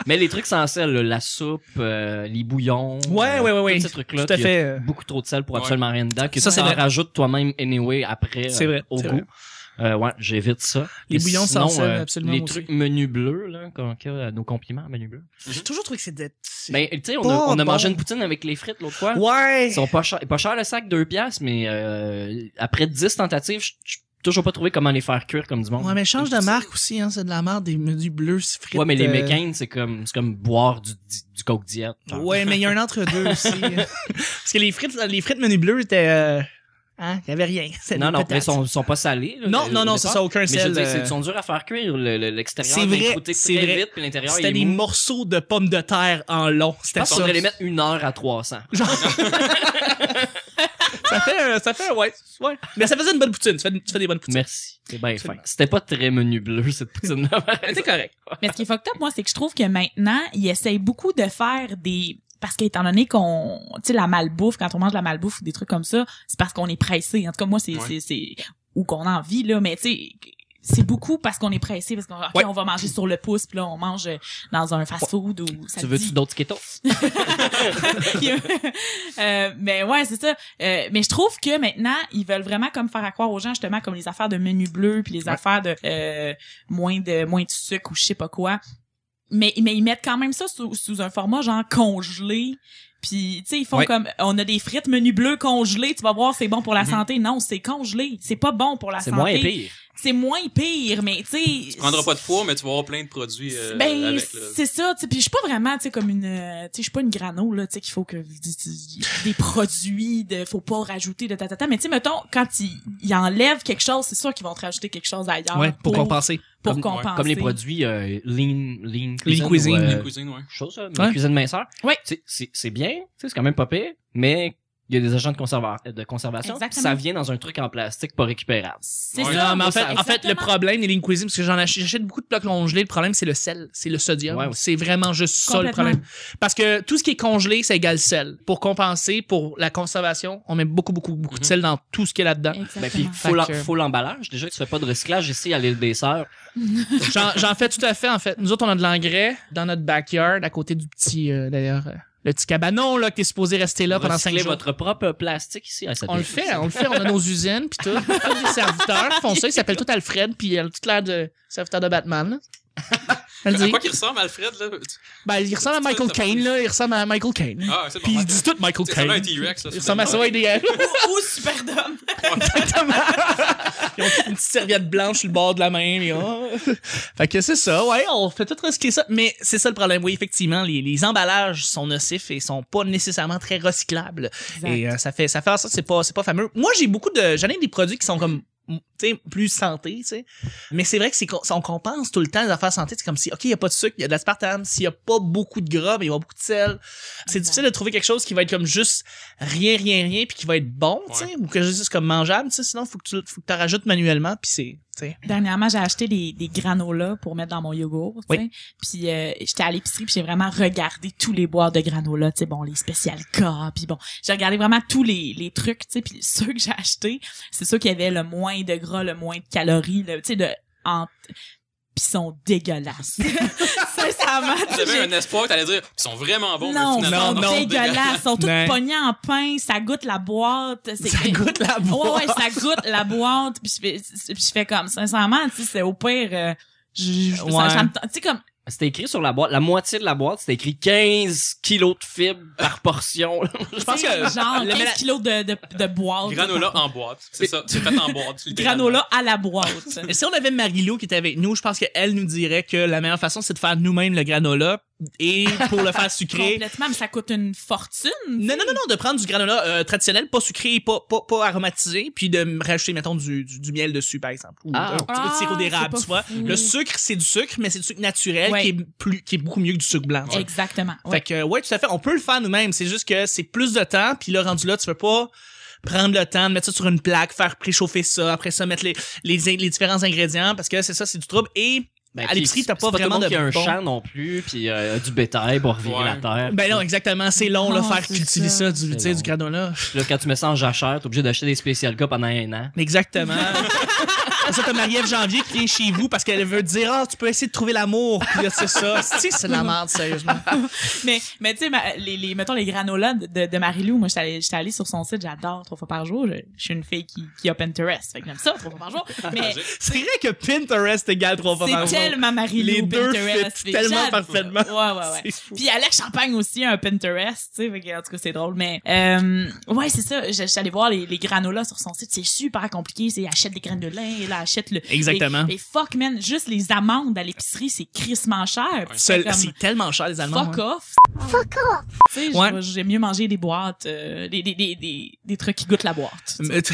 [SPEAKER 4] mais les trucs sans sel, là, la soupe, euh, les bouillons.
[SPEAKER 1] Ouais,
[SPEAKER 4] euh,
[SPEAKER 1] ouais, ouais, ouais.
[SPEAKER 4] Tous ces trucs-là.
[SPEAKER 1] Tout à
[SPEAKER 4] qu'il y a
[SPEAKER 1] fait. euh,
[SPEAKER 4] Beaucoup trop de sel pour
[SPEAKER 2] Ouais.
[SPEAKER 4] absolument rien dedans. Que
[SPEAKER 1] Ça,
[SPEAKER 4] ça,
[SPEAKER 1] c'est
[SPEAKER 4] ça
[SPEAKER 1] vrai.
[SPEAKER 4] rajoute toi-même anyway après. euh,
[SPEAKER 1] C'est vrai,
[SPEAKER 4] Au
[SPEAKER 1] c'est
[SPEAKER 4] goût. Euh, ouais, j'évite ça.
[SPEAKER 1] Les
[SPEAKER 4] Mais
[SPEAKER 1] bouillons sans
[SPEAKER 4] sinon,
[SPEAKER 1] sel,
[SPEAKER 4] euh,
[SPEAKER 1] absolument,
[SPEAKER 4] Les
[SPEAKER 1] moi
[SPEAKER 4] trucs menu bleu, là, qu'on- que, euh, nos compliments, menu bleu.
[SPEAKER 1] J'ai toujours trouvé que c'est de...
[SPEAKER 4] Ben, tu sais, on
[SPEAKER 1] Pas
[SPEAKER 4] a, on a
[SPEAKER 1] bon.
[SPEAKER 4] mangé une poutine avec les frites l'autre fois.
[SPEAKER 1] ouais.
[SPEAKER 4] Ils sont pas chers, pas chers le sac, 2 piastres, mais euh, après 10 tentatives, je je- toujours pas trouvé comment les faire cuire comme du monde.
[SPEAKER 1] Ouais, mais change de marque aussi, hein. C'est de la marque des menus bleus, c'est frites.
[SPEAKER 4] Ouais, mais les
[SPEAKER 1] euh, Ah,
[SPEAKER 4] McCain, c'est comme, c'est comme boire du, du, du coke diète. genre.
[SPEAKER 1] Ouais, mais il y a un entre-deux aussi.
[SPEAKER 4] *laughs*
[SPEAKER 1] Parce que les frites, les frites menu bleu étaient, euh, hein, il y avait rien. C'était
[SPEAKER 4] Non,
[SPEAKER 1] des
[SPEAKER 4] non,
[SPEAKER 1] pétates.
[SPEAKER 4] mais ils sont, ils sont pas salés. là,
[SPEAKER 1] non,
[SPEAKER 4] au
[SPEAKER 1] non, non, c'est
[SPEAKER 4] départ.
[SPEAKER 1] ça, aucun
[SPEAKER 4] Mais je veux
[SPEAKER 1] sel.
[SPEAKER 4] dire, c'est- ils
[SPEAKER 1] euh,
[SPEAKER 4] sont durs à faire cuire. le- le- L'extérieur
[SPEAKER 1] C'est
[SPEAKER 4] va
[SPEAKER 1] vrai,
[SPEAKER 4] écrouter
[SPEAKER 1] c'est
[SPEAKER 4] très
[SPEAKER 1] vrai.
[SPEAKER 4] vite, puis l'intérieur, il
[SPEAKER 1] C'était
[SPEAKER 4] est
[SPEAKER 1] des
[SPEAKER 4] mou.
[SPEAKER 1] morceaux de pommes de terre en long.
[SPEAKER 4] Je
[SPEAKER 1] C'était
[SPEAKER 4] pense qu'on
[SPEAKER 1] ça.
[SPEAKER 4] devrait
[SPEAKER 1] *laughs*
[SPEAKER 4] les mettre une heure à 300.
[SPEAKER 1] Ça fait, un- ça fait, un- ouais, ouais. Mais ça faisait une bonne poutine. Tu fais, tu fais des bonnes poutines.
[SPEAKER 4] Merci. C'est bien
[SPEAKER 1] Absolument.
[SPEAKER 4] fin. C'était pas très menu bleu, cette poutine-là.
[SPEAKER 1] C'est
[SPEAKER 4] *laughs*
[SPEAKER 1] correct.
[SPEAKER 5] Mais ce qui est fucked up, moi, c'est que je trouve que maintenant, ils essayent beaucoup de faire des... Parce qu'étant donné qu'on... Tu sais, la malbouffe, quand on mange de la malbouffe ou des trucs comme ça, c'est parce qu'on est pressé. En tout cas, moi, c'est...
[SPEAKER 2] Ouais.
[SPEAKER 5] c'est- c'est Ou qu'on a envie, là, mais tu sais... c'est beaucoup parce qu'on est pressé, parce qu'on ok,
[SPEAKER 1] Ouais.
[SPEAKER 5] on va manger sur le pouce, puis là, on mange euh, dans un fast-food ou... ça
[SPEAKER 4] Tu
[SPEAKER 5] dit-
[SPEAKER 4] veux-tu d'autres Skittles?
[SPEAKER 5] *laughs* Euh, mais ouais, c'est ça. Euh, mais je trouve que maintenant, ils veulent vraiment comme faire à croire aux gens, justement, comme les affaires de menu bleu, puis les affaires de euh, moins de moins de sucre ou je sais pas quoi. Mais, mais ils mettent quand même ça sous, sous un format genre congelé. Puis, tu sais, ils font
[SPEAKER 1] Ouais.
[SPEAKER 5] comme, on a des frites menu bleu congelées, tu vas voir, c'est bon pour la santé. Non, c'est congelé. C'est pas bon pour la
[SPEAKER 4] Mm-hmm. C'est
[SPEAKER 5] santé.
[SPEAKER 4] moins pire.
[SPEAKER 5] C'est moins pire, mais tu sais...
[SPEAKER 2] Tu prendras pas de poids, mais tu vas avoir plein de produits euh,
[SPEAKER 5] Ben,
[SPEAKER 2] avec. là.
[SPEAKER 5] c'est ça, tu sais, puis je suis pas vraiment, tu sais, comme une, euh, tu sais, je suis pas une grano, là, tu sais, qu'il faut que des produits, de, faut pas rajouter de tatata, mais tu sais, mettons, quand ils, ils enlèvent quelque chose, c'est sûr qu'ils vont te rajouter quelque chose ailleurs.
[SPEAKER 1] Ouais, pour
[SPEAKER 5] pour,
[SPEAKER 1] compenser.
[SPEAKER 5] pour
[SPEAKER 2] Comme-
[SPEAKER 5] compenser.
[SPEAKER 4] Comme les produits euh, lean, lean cuisine.
[SPEAKER 1] cuisine.
[SPEAKER 4] ou,
[SPEAKER 2] La
[SPEAKER 4] euh,
[SPEAKER 2] cuisine, ouais.
[SPEAKER 4] chose, ça,
[SPEAKER 1] Ouais.
[SPEAKER 4] mais cuisine minceur.
[SPEAKER 5] Ouais.
[SPEAKER 4] Tu sais, C'est c'est bien, tu sais, c'est quand même pas pire, mais il y a des agents de, conserva euh, de conservation. puis
[SPEAKER 5] Exactement.
[SPEAKER 4] Ça vient dans un truc en plastique pas récupérable.
[SPEAKER 5] C'est
[SPEAKER 2] Ouais.
[SPEAKER 5] ça.
[SPEAKER 1] Non, mais en fait, en fait, le
[SPEAKER 5] Exactement.
[SPEAKER 1] problème des lignes cuisine, parce que j'en achète, j'achète beaucoup de plats congelés, le problème, c'est le sel, c'est le sodium.
[SPEAKER 4] Ouais, ouais.
[SPEAKER 1] C'est vraiment juste ça le
[SPEAKER 5] Complètement.
[SPEAKER 1] problème. Parce que tout ce qui est congelé, ça égale sel. Pour compenser, pour la conservation, on met beaucoup, beaucoup, beaucoup de
[SPEAKER 2] Mhm.
[SPEAKER 1] sel dans tout ce qu'il y a là-dedans.
[SPEAKER 5] Exactement.
[SPEAKER 4] Ben, puis
[SPEAKER 1] Fait
[SPEAKER 4] faut l'em-
[SPEAKER 1] que-
[SPEAKER 4] faut l'emballage. Déjà, tu fais pas de recyclage ici à l'île des Sœurs.
[SPEAKER 1] J'en, j'en fais tout à fait, en fait. Nous autres, on a de l'engrais dans notre backyard, à côté du petit, euh, d'ailleurs, euh, le petit cabanon, là, que t'es supposé rester là pendant cinq
[SPEAKER 4] Recyclez
[SPEAKER 1] jours.
[SPEAKER 4] votre propre plastique ici. Ah, ça
[SPEAKER 1] On
[SPEAKER 4] fait-
[SPEAKER 1] le
[SPEAKER 4] *laughs*
[SPEAKER 1] fait, on le fait, on a nos usines, puis tout. On a des serviteurs qui font ça, ils s'appellent tout Alfred, puis ils ont tout l'air de serviteur de Batman, là.
[SPEAKER 5] *laughs*
[SPEAKER 1] Elle
[SPEAKER 2] À
[SPEAKER 1] dit,
[SPEAKER 2] quoi qu'il ressemble, Alfred, là?
[SPEAKER 1] *laughs* ben, il ressemble à Michael Caine, là, il ressemble à Michael Caine.
[SPEAKER 2] Ah, c'est bon.
[SPEAKER 1] Puis il
[SPEAKER 2] ouais.
[SPEAKER 1] dit tout Michael
[SPEAKER 2] C'est comme un
[SPEAKER 1] Caine.
[SPEAKER 2] T-Rex, là.
[SPEAKER 1] Il ressemble à ça,
[SPEAKER 2] finalement.
[SPEAKER 1] ouais, des
[SPEAKER 2] *laughs*
[SPEAKER 1] *laughs*
[SPEAKER 5] ou, ou Superdome.
[SPEAKER 1] Exactement. Ils ont toute une petite serviette blanche sur le bord de la main. puis, oh. Fait que c'est ça, ouais, on fait tout recycler ça. Mais c'est ça le problème, oui, effectivement, les, les emballages sont nocifs et sont pas nécessairement très recyclables. Et euh, ça fait ça fait en sorte que c'est pas c'est pas fameux. Moi, j'ai beaucoup de j'en ai des produits qui sont comme tu sais plus santé, tu sais. Mais c'est vrai que c'est qu'on- on compense tout le temps les affaires santé, c'est comme si OK, il y a pas de sucre, il y a de l'aspartame, s'il y a pas beaucoup de gras, mais il y a beaucoup de sel. C'est
[SPEAKER 5] Exact.
[SPEAKER 1] difficile de trouver quelque chose qui va être comme juste rien rien rien puis qui va être bon, tu sais, ou que juste comme mangeable, tu sais, sinon faut que tu faut que tu rajoutes manuellement puis c'est tu sais.
[SPEAKER 5] Dernièrement, j'ai acheté des, des granolas pour mettre dans mon yogourt, tu sais.
[SPEAKER 1] Oui.
[SPEAKER 5] Puis euh, j'étais à l'épicerie, puis j'ai vraiment regardé tous les boires de granola, tu sais, bon, les spécial cas, puis bon, j'ai regardé vraiment tous les, les trucs, tu sais, puis ceux que j'ai achetés, c'est ceux qui avaient le moins de gras, le moins de calories, le- tu sais, de en puis ils sont dégueulasses. *laughs*
[SPEAKER 2] *laughs*
[SPEAKER 5] Sincèrement, tu sais,
[SPEAKER 2] J'avais
[SPEAKER 5] j'ai-
[SPEAKER 2] un espoir que t'allais dire, ils sont vraiment
[SPEAKER 1] Ah
[SPEAKER 2] bons,
[SPEAKER 5] non,
[SPEAKER 2] mais
[SPEAKER 5] ils
[SPEAKER 2] finalement,
[SPEAKER 5] sont
[SPEAKER 1] non, non,
[SPEAKER 5] dégueulasses, ils sont tous
[SPEAKER 1] Non.
[SPEAKER 5] pognés en pain, ça goûte la boîte, c'est
[SPEAKER 1] Ça goûte la boîte.
[SPEAKER 5] Ouais, ouais, ça goûte la boîte. Puis je fais, puis je fais comme, sincèrement, tu sais, c'est au pire. euh, je, je- ça-
[SPEAKER 1] Ouais.
[SPEAKER 5] ça me tente- tu sais, comme,
[SPEAKER 4] C'était écrit sur la boîte, la moitié de la boîte, c'était écrit 15 kilos de fibres par portion.
[SPEAKER 1] Je pense
[SPEAKER 5] tu
[SPEAKER 1] que
[SPEAKER 5] sais, genre
[SPEAKER 1] le
[SPEAKER 5] 15
[SPEAKER 1] méla-
[SPEAKER 5] kilos de, de, de boîte.
[SPEAKER 2] Granola en boîte. C'est ça. C'est fait en
[SPEAKER 1] *laughs*
[SPEAKER 2] boîte. littéralement.
[SPEAKER 5] Granola à la boîte.
[SPEAKER 1] Et si on avait Marilou qui était avec nous, je pense qu'elle nous dirait que la meilleure façon, c'est de faire nous-mêmes le granola et pour le faire
[SPEAKER 5] *laughs*
[SPEAKER 1] sucré,
[SPEAKER 5] Complètement, mais ça coûte une fortune.
[SPEAKER 1] Non, non, non, non, de prendre du granola euh, traditionnel, pas sucré, pas, pas, pas aromatisé, puis de m- rajouter, mettons, du, du, du miel dessus, par exemple. Ou euh,
[SPEAKER 4] Ah.
[SPEAKER 1] un petit peu de
[SPEAKER 5] Ah,
[SPEAKER 1] sirop d'érable,
[SPEAKER 5] c'est
[SPEAKER 1] tu vois.
[SPEAKER 5] pas fou.
[SPEAKER 1] Le sucre, c'est du sucre, mais c'est du sucre naturel
[SPEAKER 5] Ouais.
[SPEAKER 1] qui, est plus, qui est beaucoup mieux que du sucre blanc. tu sais.
[SPEAKER 5] Exactement. ouais.
[SPEAKER 1] Fait que, euh, ouais, tout à fait, on peut le faire nous-mêmes, c'est juste que c'est plus de temps, puis là, rendu là, tu veux pas prendre le temps de mettre ça sur une plaque, faire préchauffer ça, après ça, mettre les, les, in- les différents ingrédients, parce que c'est ça, c'est du trouble, et...
[SPEAKER 4] Ben,
[SPEAKER 1] À
[SPEAKER 4] puis
[SPEAKER 1] l'épicerie,
[SPEAKER 4] c'est-
[SPEAKER 1] t'as pas
[SPEAKER 4] c'est
[SPEAKER 1] vraiment
[SPEAKER 4] tout le monde
[SPEAKER 1] de
[SPEAKER 4] qui a un
[SPEAKER 1] bon.
[SPEAKER 4] champ non plus, puis euh, du bétail pour virer
[SPEAKER 2] Ouais.
[SPEAKER 4] la terre.
[SPEAKER 1] Ben non, exactement, c'est long, là,
[SPEAKER 5] Non,
[SPEAKER 1] faire
[SPEAKER 5] Ah, c'est
[SPEAKER 1] cultiver
[SPEAKER 5] ça.
[SPEAKER 1] ça, du, tu sais,
[SPEAKER 4] Ah, C'est
[SPEAKER 1] du
[SPEAKER 4] long.
[SPEAKER 1] granola.
[SPEAKER 4] Puis Là, quand tu mets ça en jachère, t'es obligé d'acheter des spécial cas pendant un an.
[SPEAKER 1] Exactement. *laughs* Après ça, t'as Marie-Ève Janvier qui vient chez vous parce qu'elle veut dire Ah, tu peux essayer de trouver l'amour. Puis là, c'est
[SPEAKER 5] *laughs*
[SPEAKER 1] ça. C'est c'est de la merde, sérieusement.
[SPEAKER 5] mais mais tu sais ma- les, les mettons les granolas de, de, de Marilou moi j'étais allée j'étais allée sur son site j'adore trois fois par jour je, je suis une fille qui qui a Pinterest fait que j'aime ça trois fois
[SPEAKER 1] *laughs*
[SPEAKER 5] par jour mais
[SPEAKER 1] *laughs* C'est vrai que Pinterest égale trois fois par
[SPEAKER 5] c'est
[SPEAKER 1] jour.
[SPEAKER 5] tellement Marilou
[SPEAKER 1] Les deux
[SPEAKER 5] Pinterest
[SPEAKER 1] fit
[SPEAKER 5] fait que
[SPEAKER 1] tellement
[SPEAKER 5] j'adore.
[SPEAKER 1] parfaitement.
[SPEAKER 5] ouais ouais ouais
[SPEAKER 1] C'est fou.
[SPEAKER 5] Puis Alex Champagne aussi a un Pinterest, tu sais, fait que, en tout cas c'est drôle. Mais euh, ouais, c'est ça. Je je suis allée voir les, les granolas sur son site, c'est super compliqué. C'est achète des graines de lin, et là achète le.
[SPEAKER 1] Exactement.
[SPEAKER 5] Et, fuck man, juste les amandes à l'épicerie, c'est crissement cher. Puis
[SPEAKER 1] C'est
[SPEAKER 5] c'est comme,
[SPEAKER 1] c'est tellement cher, les Allemands.
[SPEAKER 5] Fuck
[SPEAKER 1] hein.
[SPEAKER 5] off. Tu sais,
[SPEAKER 1] Ouais.
[SPEAKER 5] je- j'aime mieux manger des boîtes, euh, des, des, des, des, des trucs qui goûtent la boîte. tu sais.
[SPEAKER 1] Mais tu-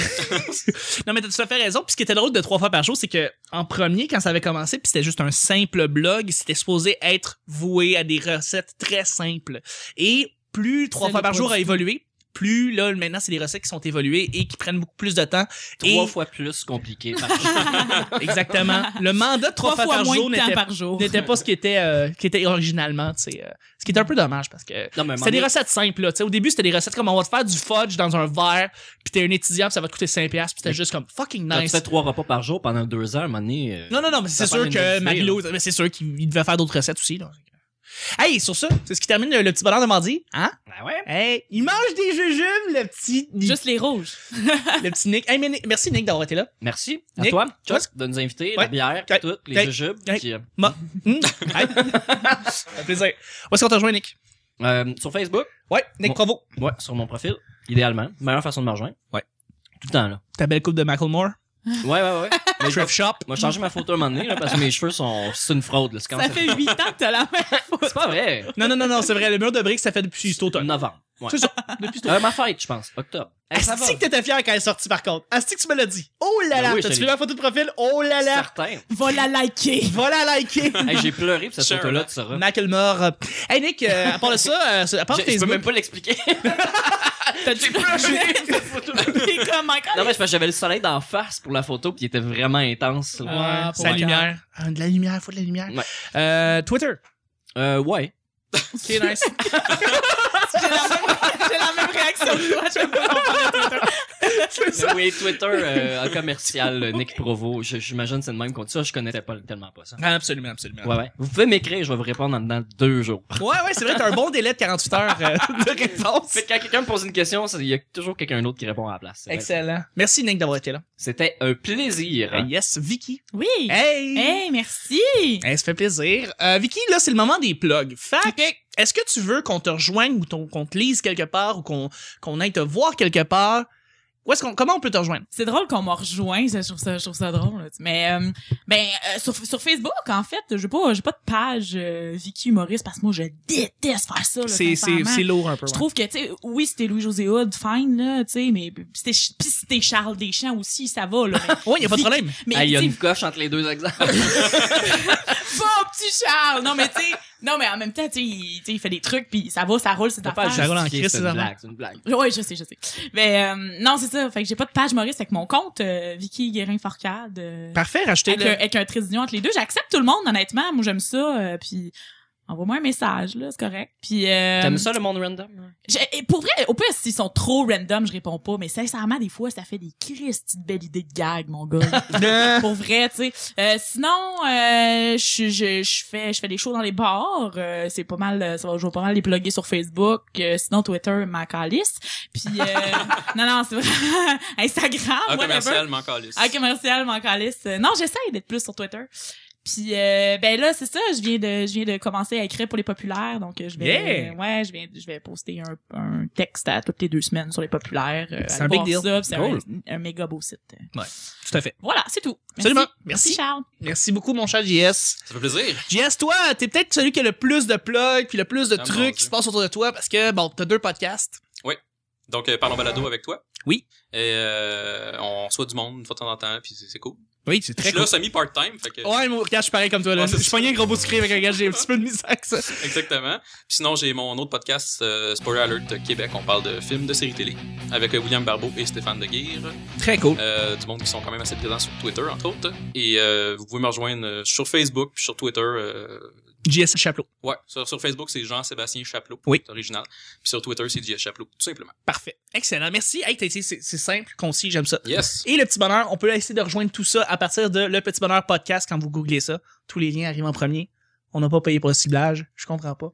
[SPEAKER 1] *laughs* non, mais t'as tout à fait raison. Puis ce qui était drôle de trois fois par jour, c'est que en premier, quand ça avait commencé, puis c'était juste un simple blog, c'était supposé être voué à des recettes très simples. Et plus trois
[SPEAKER 5] Ça
[SPEAKER 1] fois
[SPEAKER 5] l'est
[SPEAKER 1] par
[SPEAKER 5] pas
[SPEAKER 1] jour
[SPEAKER 5] du
[SPEAKER 1] a évolué, plus là maintenant c'est des recettes qui sont évoluées et qui prennent beaucoup plus de temps.
[SPEAKER 4] Trois
[SPEAKER 1] Et-
[SPEAKER 4] fois plus compliqué.
[SPEAKER 1] *laughs* Exactement. Le mandat de trois,
[SPEAKER 5] Trois fois
[SPEAKER 1] par
[SPEAKER 5] moins
[SPEAKER 1] jour
[SPEAKER 5] de temps
[SPEAKER 1] n'était
[SPEAKER 5] par jour.
[SPEAKER 1] n'était pas ce qui était euh, qui était originalement, tu sais, euh, ce qui est un peu dommage parce que
[SPEAKER 4] Non, mais à un moment
[SPEAKER 1] c'était des
[SPEAKER 4] donné-
[SPEAKER 1] recettes simples là, tu sais, au début c'était des recettes comme on va te faire du fudge dans un verre, puis t'es un étudiant, puis ça va te coûter 5 pièces, puis c'était juste comme fucking
[SPEAKER 4] Quand tu
[SPEAKER 1] nice.
[SPEAKER 4] fais trois repas par jour pendant deux heures, à un moment donné, euh,
[SPEAKER 1] Non, non, non, mais c'est
[SPEAKER 4] Ça
[SPEAKER 1] sûr
[SPEAKER 4] parle d'une
[SPEAKER 1] que
[SPEAKER 4] idée,
[SPEAKER 1] Marie-Lou, mais c'est sûr qu'il il devait faire d'autres recettes aussi. Là. Hey, sur ça, c'est ce qui termine le, le petit bonheur de mardi. Hein?
[SPEAKER 4] Ah ouais?
[SPEAKER 1] Hey, il mange des jujubes, le petit,
[SPEAKER 5] Juste les rouges.
[SPEAKER 1] le petit Nick. Hey, mais Nick- merci Nick d'avoir été là.
[SPEAKER 4] Merci à
[SPEAKER 1] Nick,
[SPEAKER 4] toi,
[SPEAKER 1] toi,
[SPEAKER 4] Chuck, de nous inviter,
[SPEAKER 1] Ouais.
[SPEAKER 4] la bière,
[SPEAKER 1] Ouais.
[SPEAKER 4] tout, les
[SPEAKER 1] Ouais.
[SPEAKER 4] jujubes.
[SPEAKER 1] Ouais.
[SPEAKER 4] puis, euh,
[SPEAKER 1] Hmm? *laughs* Hey. Un plaisir. Où est-ce qu'on te rejoint, Nick?
[SPEAKER 4] euh, sur Facebook,
[SPEAKER 1] Ouais, Nick
[SPEAKER 4] Bon.
[SPEAKER 1] Provo.
[SPEAKER 4] ouais, sur mon profil, idéalement. Meilleure façon de me rejoindre.
[SPEAKER 2] Ouais.
[SPEAKER 4] Tout le
[SPEAKER 1] *laughs*
[SPEAKER 4] temps, là.
[SPEAKER 1] Ta belle coupe de Macklemore.
[SPEAKER 4] Ouais, ouais, ouais. Mais je vais-
[SPEAKER 1] Trip Shop.
[SPEAKER 4] moi, j'ai changé ma photo un moment donné, là, parce
[SPEAKER 1] *laughs*
[SPEAKER 4] que mes cheveux sont. C'est une fraude, là. C'est quand
[SPEAKER 5] Ça
[SPEAKER 4] même-
[SPEAKER 5] fait huit ans que t'as la même
[SPEAKER 4] C'est pas vrai.
[SPEAKER 1] Non, non, non, non, c'est vrai. Le mur de briques, ça fait depuis cet automne.
[SPEAKER 4] Novembre. Ouais.
[SPEAKER 1] C'est ça.
[SPEAKER 4] Euh, ma fête, je pense. Octobre. Hey, Eh, ça va.
[SPEAKER 1] Asti que t'étais fier quand elle est sortie, par contre. Asti que tu me l'as dit. Oh là
[SPEAKER 4] Ben
[SPEAKER 1] là.
[SPEAKER 4] oui, je
[SPEAKER 1] T'as-tu
[SPEAKER 4] te
[SPEAKER 1] vu
[SPEAKER 4] l'ai-
[SPEAKER 1] ma photo de profil? Oh là là.
[SPEAKER 4] Certain.
[SPEAKER 5] Va la liker. *laughs*
[SPEAKER 1] Va la liker.
[SPEAKER 4] Hey, j'ai pleuré pour cette
[SPEAKER 2] Sure.
[SPEAKER 4] photo-là, tu sauras.
[SPEAKER 1] Macklemore. Hey Nick, euh, à part de ça, euh, à part
[SPEAKER 4] Je, je peux
[SPEAKER 1] Facebook,
[SPEAKER 4] même
[SPEAKER 1] *laughs*
[SPEAKER 4] pas l'expliquer.
[SPEAKER 5] T'as du T'es comme encore.
[SPEAKER 4] non, mais c'est parce que j'avais le soleil d'en face pour la photo, puis il était vraiment intense. là.
[SPEAKER 1] Ouais,
[SPEAKER 5] Ah,
[SPEAKER 1] sa
[SPEAKER 5] ouais.
[SPEAKER 1] lumière. Ah, De la lumière, faut de la lumière.
[SPEAKER 4] Ouais.
[SPEAKER 1] Euh,
[SPEAKER 4] *laughs*
[SPEAKER 1] Twitter. *laughs*
[SPEAKER 4] Euh, ouais.
[SPEAKER 1] Ok,
[SPEAKER 5] *laughs*
[SPEAKER 1] nice.
[SPEAKER 5] J'ai la même- j'ai la même réaction que toi. Je peux pas.
[SPEAKER 4] Oui, Twitter euh, en commercial, euh, Nick Provo. Je- J'imagine que c'est le même compte. Ça, je connaissais pas tellement pas ça.
[SPEAKER 1] absolument, absolument. Ouais,
[SPEAKER 4] Ouais, ouais. Vous pouvez m'écrire, je vais vous répondre en dedans de deux jours.
[SPEAKER 1] ouais, c'est vrai, t'as un bon délai de 48 heures euh, de réponse.
[SPEAKER 4] Fait que quand quelqu'un me pose une question, ça- il y a toujours quelqu'un d'autre qui répond à la place. C'est vrai.
[SPEAKER 1] Excellent. Merci Nick d'avoir été là.
[SPEAKER 4] C'était un plaisir.
[SPEAKER 1] Euh, yes, Vicky.
[SPEAKER 5] Oui.
[SPEAKER 1] Hey!
[SPEAKER 5] Hey, merci.
[SPEAKER 1] Hey, ça fait plaisir. Euh, Vicky, là, c'est le moment des plugs. Fait que, est-ce que tu veux qu'on te rejoigne ou ton- qu'on te lise quelque part ou qu'on qu'on aille te voir quelque part? Où est-ce qu'on, comment on peut te rejoindre?
[SPEAKER 5] C'est drôle qu'on m'a rejoint, ça, je trouve ça, je trouve ça drôle. là. Mais euh, ben euh, sur, sur Facebook en fait, j'ai pas j'ai pas de page euh, Vicky humoriste parce que moi je déteste faire ça là,
[SPEAKER 1] C'est c'est-
[SPEAKER 5] sincèrement.
[SPEAKER 1] c'est lourd un peu.
[SPEAKER 5] Je
[SPEAKER 1] ouais.
[SPEAKER 5] trouve que, tu sais, oui, c'était Louis-José Hood, fine, là, tu sais, mais pis c'était- pis c'était Charles Deschamps aussi, ça va, là.
[SPEAKER 1] *laughs* Ouais, y a pas de problème.
[SPEAKER 5] Mais,
[SPEAKER 4] Ah, il y a
[SPEAKER 5] tu
[SPEAKER 4] une
[SPEAKER 5] sais,
[SPEAKER 4] coche entre les deux exemples.
[SPEAKER 5] pas petit Charles! Non, mais tu sais, non, mais en même temps, tu sais, il, tu sais, il fait des trucs, puis ça va, ça roule, c'est
[SPEAKER 4] Faut pas
[SPEAKER 1] Ça
[SPEAKER 5] affaire.
[SPEAKER 1] roule en
[SPEAKER 4] justifier,
[SPEAKER 1] crise,
[SPEAKER 4] c'est
[SPEAKER 1] ces
[SPEAKER 4] une
[SPEAKER 1] affaires.
[SPEAKER 4] blague, c'est une blague.
[SPEAKER 5] Oui, je sais, je sais. Mais euh, non, c'est ça. Fait que j'ai pas de page Maurice avec mon compte, euh, Vicky Guérin-Forcade. euh,
[SPEAKER 1] Parfait,
[SPEAKER 5] avec,
[SPEAKER 1] rachetez-le.
[SPEAKER 5] un, avec un trait d'union entre les deux. J'accepte tout le monde, honnêtement. Moi, j'aime ça. euh, puis envoie-moi un message, là, c'est correct. Puis euh,
[SPEAKER 4] T'aimes ça le monde random?
[SPEAKER 5] j'ai- et pour vrai, au pire, s'ils sont trop random, je réponds pas. Mais sincèrement, des fois, ça fait des crises de belles idées de gag, mon
[SPEAKER 4] *laughs*
[SPEAKER 5] gars.
[SPEAKER 1] *laughs* Euh,
[SPEAKER 5] pour vrai, tu sais. Euh, sinon, euh, je, je, je fais je fais des shows dans les bars. euh, c'est pas mal, euh, ça va, je vais pas mal les plugger sur Facebook. euh, sinon, Twitter, ma calice. Puis, euh,
[SPEAKER 1] *laughs*
[SPEAKER 5] non, non, c'est vrai. *laughs* Instagram,
[SPEAKER 1] ah,
[SPEAKER 2] Un
[SPEAKER 5] whatever.
[SPEAKER 2] commercial, m'en calisse.
[SPEAKER 5] Ah, commercial, m'en calisse. Euh, Non, j'essaye d'être plus sur Twitter. Puis euh, ben là c'est ça, je viens de je viens de commencer à écrire pour les populaires donc euh, je vais
[SPEAKER 1] Yeah!
[SPEAKER 5] ouais, je viens je vais poster un, un texte à toutes les deux semaines sur les populaires. euh,
[SPEAKER 1] C'est
[SPEAKER 5] allez
[SPEAKER 1] un big
[SPEAKER 5] voir
[SPEAKER 1] deal.
[SPEAKER 5] ça, puis C'est
[SPEAKER 1] Cool.
[SPEAKER 5] un, un méga beau site.
[SPEAKER 1] Tout à fait.
[SPEAKER 5] Voilà, c'est tout. Merci.
[SPEAKER 1] Absolument.
[SPEAKER 5] Merci
[SPEAKER 1] Merci.
[SPEAKER 5] Charles.
[SPEAKER 1] Merci beaucoup, mon cher JS.
[SPEAKER 2] Ça fait plaisir.
[SPEAKER 1] JS, toi, t'es peut-être celui qui a le plus de plugs puis le plus de
[SPEAKER 2] Ah, mon
[SPEAKER 1] trucs qui
[SPEAKER 2] Dieu.
[SPEAKER 1] se passent autour de toi parce que, bon, t'as deux podcasts.
[SPEAKER 2] Donc, euh, parlons balado avec toi.
[SPEAKER 1] Oui.
[SPEAKER 2] Et euh, on reçoit du monde une fois de temps en temps, puis c'est c'est cool.
[SPEAKER 1] Oui, c'est
[SPEAKER 2] Je suis là semi-part-time, fait que...
[SPEAKER 1] Ouais, moi, regarde, je suis pareil comme toi, là.
[SPEAKER 2] Ouais, c'est
[SPEAKER 1] je suis pogné un gros bout de cri avec un gars, j'ai un petit peu de misère avec ça.
[SPEAKER 2] *laughs* Exactement. Puis sinon, j'ai mon autre podcast, euh, Spoiler Alert Québec. On parle de films, de séries télé, avec euh, William Barbeau et Stéphane Deguire.
[SPEAKER 1] Très cool.
[SPEAKER 2] Euh, du monde qui sont quand même assez présents sur Twitter, entre autres. Et euh, vous pouvez me rejoindre euh, sur Facebook, puis sur Twitter. euh,
[SPEAKER 1] JS Chaplot.
[SPEAKER 2] ouais, sur, sur Facebook, c'est Jean-Sébastien Chaplot.
[SPEAKER 1] Oui.
[SPEAKER 2] C'est original. Puis sur Twitter, c'est JS Chaplot, tout simplement.
[SPEAKER 1] Parfait. Excellent. Merci. Hey, t'as été, c'est c'est simple, concis, j'aime ça.
[SPEAKER 2] Yes! *laughs*
[SPEAKER 1] Et le petit bonheur, on peut essayer de rejoindre tout ça à partir de le petit bonheur podcast quand vous googlez ça. Tous les liens arrivent en premier. On n'a pas payé pour le ciblage. Je comprends
[SPEAKER 2] *laughs*
[SPEAKER 1] pas.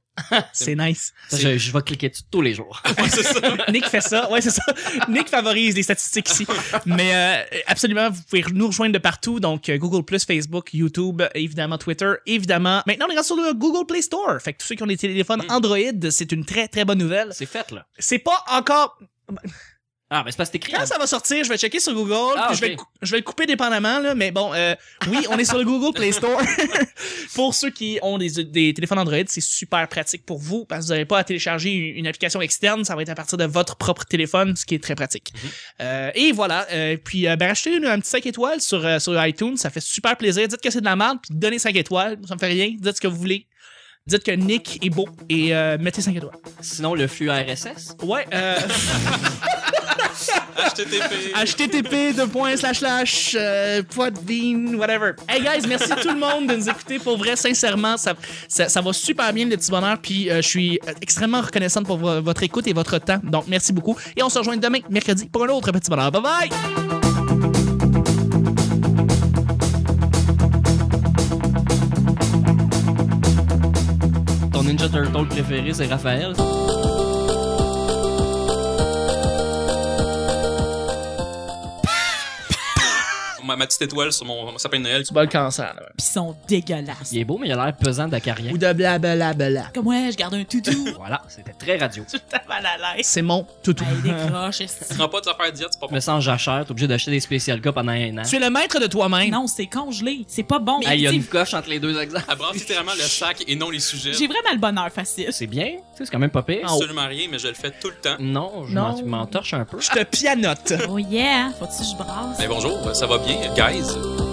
[SPEAKER 1] C'est nice.
[SPEAKER 4] Je, je vais cliquer dessus tous les jours.
[SPEAKER 2] Ouais, c'est ça.
[SPEAKER 1] *laughs* Nick fait ça, ouais, c'est ça. Nick favorise les statistiques ici. Mais euh, absolument, vous pouvez nous rejoindre de partout. Donc, euh, Google, Facebook, YouTube, évidemment, Twitter, évidemment. Maintenant, on est rendu sur le Google Play Store. Fait que tous ceux qui ont des téléphones
[SPEAKER 2] Mm.
[SPEAKER 1] Android, c'est une très, très bonne nouvelle.
[SPEAKER 4] *laughs* C'est fait, là.
[SPEAKER 1] C'est pas encore.
[SPEAKER 4] Ah, mais c'est parce que t'écris.
[SPEAKER 1] Quand ça va sortir, je vais checker sur Google.
[SPEAKER 4] Ah,
[SPEAKER 1] puis je, vais
[SPEAKER 4] ok.
[SPEAKER 1] le cou- je vais le couper dépendamment, là. Mais bon, euh, oui, on est sur le Google Play Store. *laughs* pour ceux qui ont des, des téléphones Android, c'est super pratique pour vous parce que vous n'avez pas à télécharger une, une application externe. Ça va être à partir de votre propre téléphone, ce qui est très pratique. Euh, et voilà. Euh, puis, euh, ben, achetez une- un petit 5 étoiles sur, euh, sur iTunes. Ça fait super plaisir. Dites que c'est de la merde, puis donnez 5 étoiles. Ça me fait rien. Dites ce que vous voulez. Dites que Nick est beau et euh, mettez 5 étoiles.
[SPEAKER 4] Sinon, le flux RSS.
[SPEAKER 1] Ouais, euh,
[SPEAKER 2] HTTP.
[SPEAKER 1] http deux points, slash, slash, euh, podbean, whatever. Hey guys, merci tout le monde de nous écouter. Pour vrai, sincèrement, ça, ça, ça va super bien le petit bonheur. Puis euh, je suis extrêmement reconnaissante pour vo- votre écoute et votre temps. Donc merci beaucoup. Et on se rejoint demain, mercredi, pour un autre petit bonheur. Bye bye!
[SPEAKER 4] Ton Ninja Turtle préféré, c'est Raphaël.
[SPEAKER 2] Ma, ma petite étoile sur mon, mon sapin de Noël.
[SPEAKER 1] Tu bats le cancer, là, ouais.
[SPEAKER 5] Pis ils sont dégueulasses.
[SPEAKER 4] Il est beau, mais il a l'air pesant d'acariens.
[SPEAKER 1] Ou de blablabla.
[SPEAKER 5] Comme ouais, je garde un toutou.
[SPEAKER 4] Voilà, c'était très radio.
[SPEAKER 5] *laughs* Tout le temps mal à l'aise.
[SPEAKER 1] C'est mon toutou.
[SPEAKER 5] Hey, décroche, esti.
[SPEAKER 2] Tu prends pas tes affaires de diète, c'est pas
[SPEAKER 4] Je me
[SPEAKER 2] bon.
[SPEAKER 4] sens jachère, t'es obligé d'acheter des spécial cas pendant un an.
[SPEAKER 1] Tu es le maître de toi-même.
[SPEAKER 5] Non, c'est congelé. C'est pas bon.
[SPEAKER 4] Ah, il y a
[SPEAKER 5] Tu
[SPEAKER 4] une
[SPEAKER 5] sais,
[SPEAKER 4] coche entre les deux exemples.
[SPEAKER 2] Elle brasse littéralement le sac et non les sujets.
[SPEAKER 5] J'ai vraiment le bonheur facile.
[SPEAKER 4] C'est bien, tu sais, c'est quand même pas pire.
[SPEAKER 1] Ah,
[SPEAKER 2] Absolument rien, mais je le fais tout le temps.
[SPEAKER 4] Non, je
[SPEAKER 1] Non.
[SPEAKER 4] m'en- je m'en torche un peu.
[SPEAKER 1] Je te pianote.
[SPEAKER 2] Ben
[SPEAKER 5] Oh yeah, faut-tu que je brasse?
[SPEAKER 2] Mais bonjour, ça va bien, guys.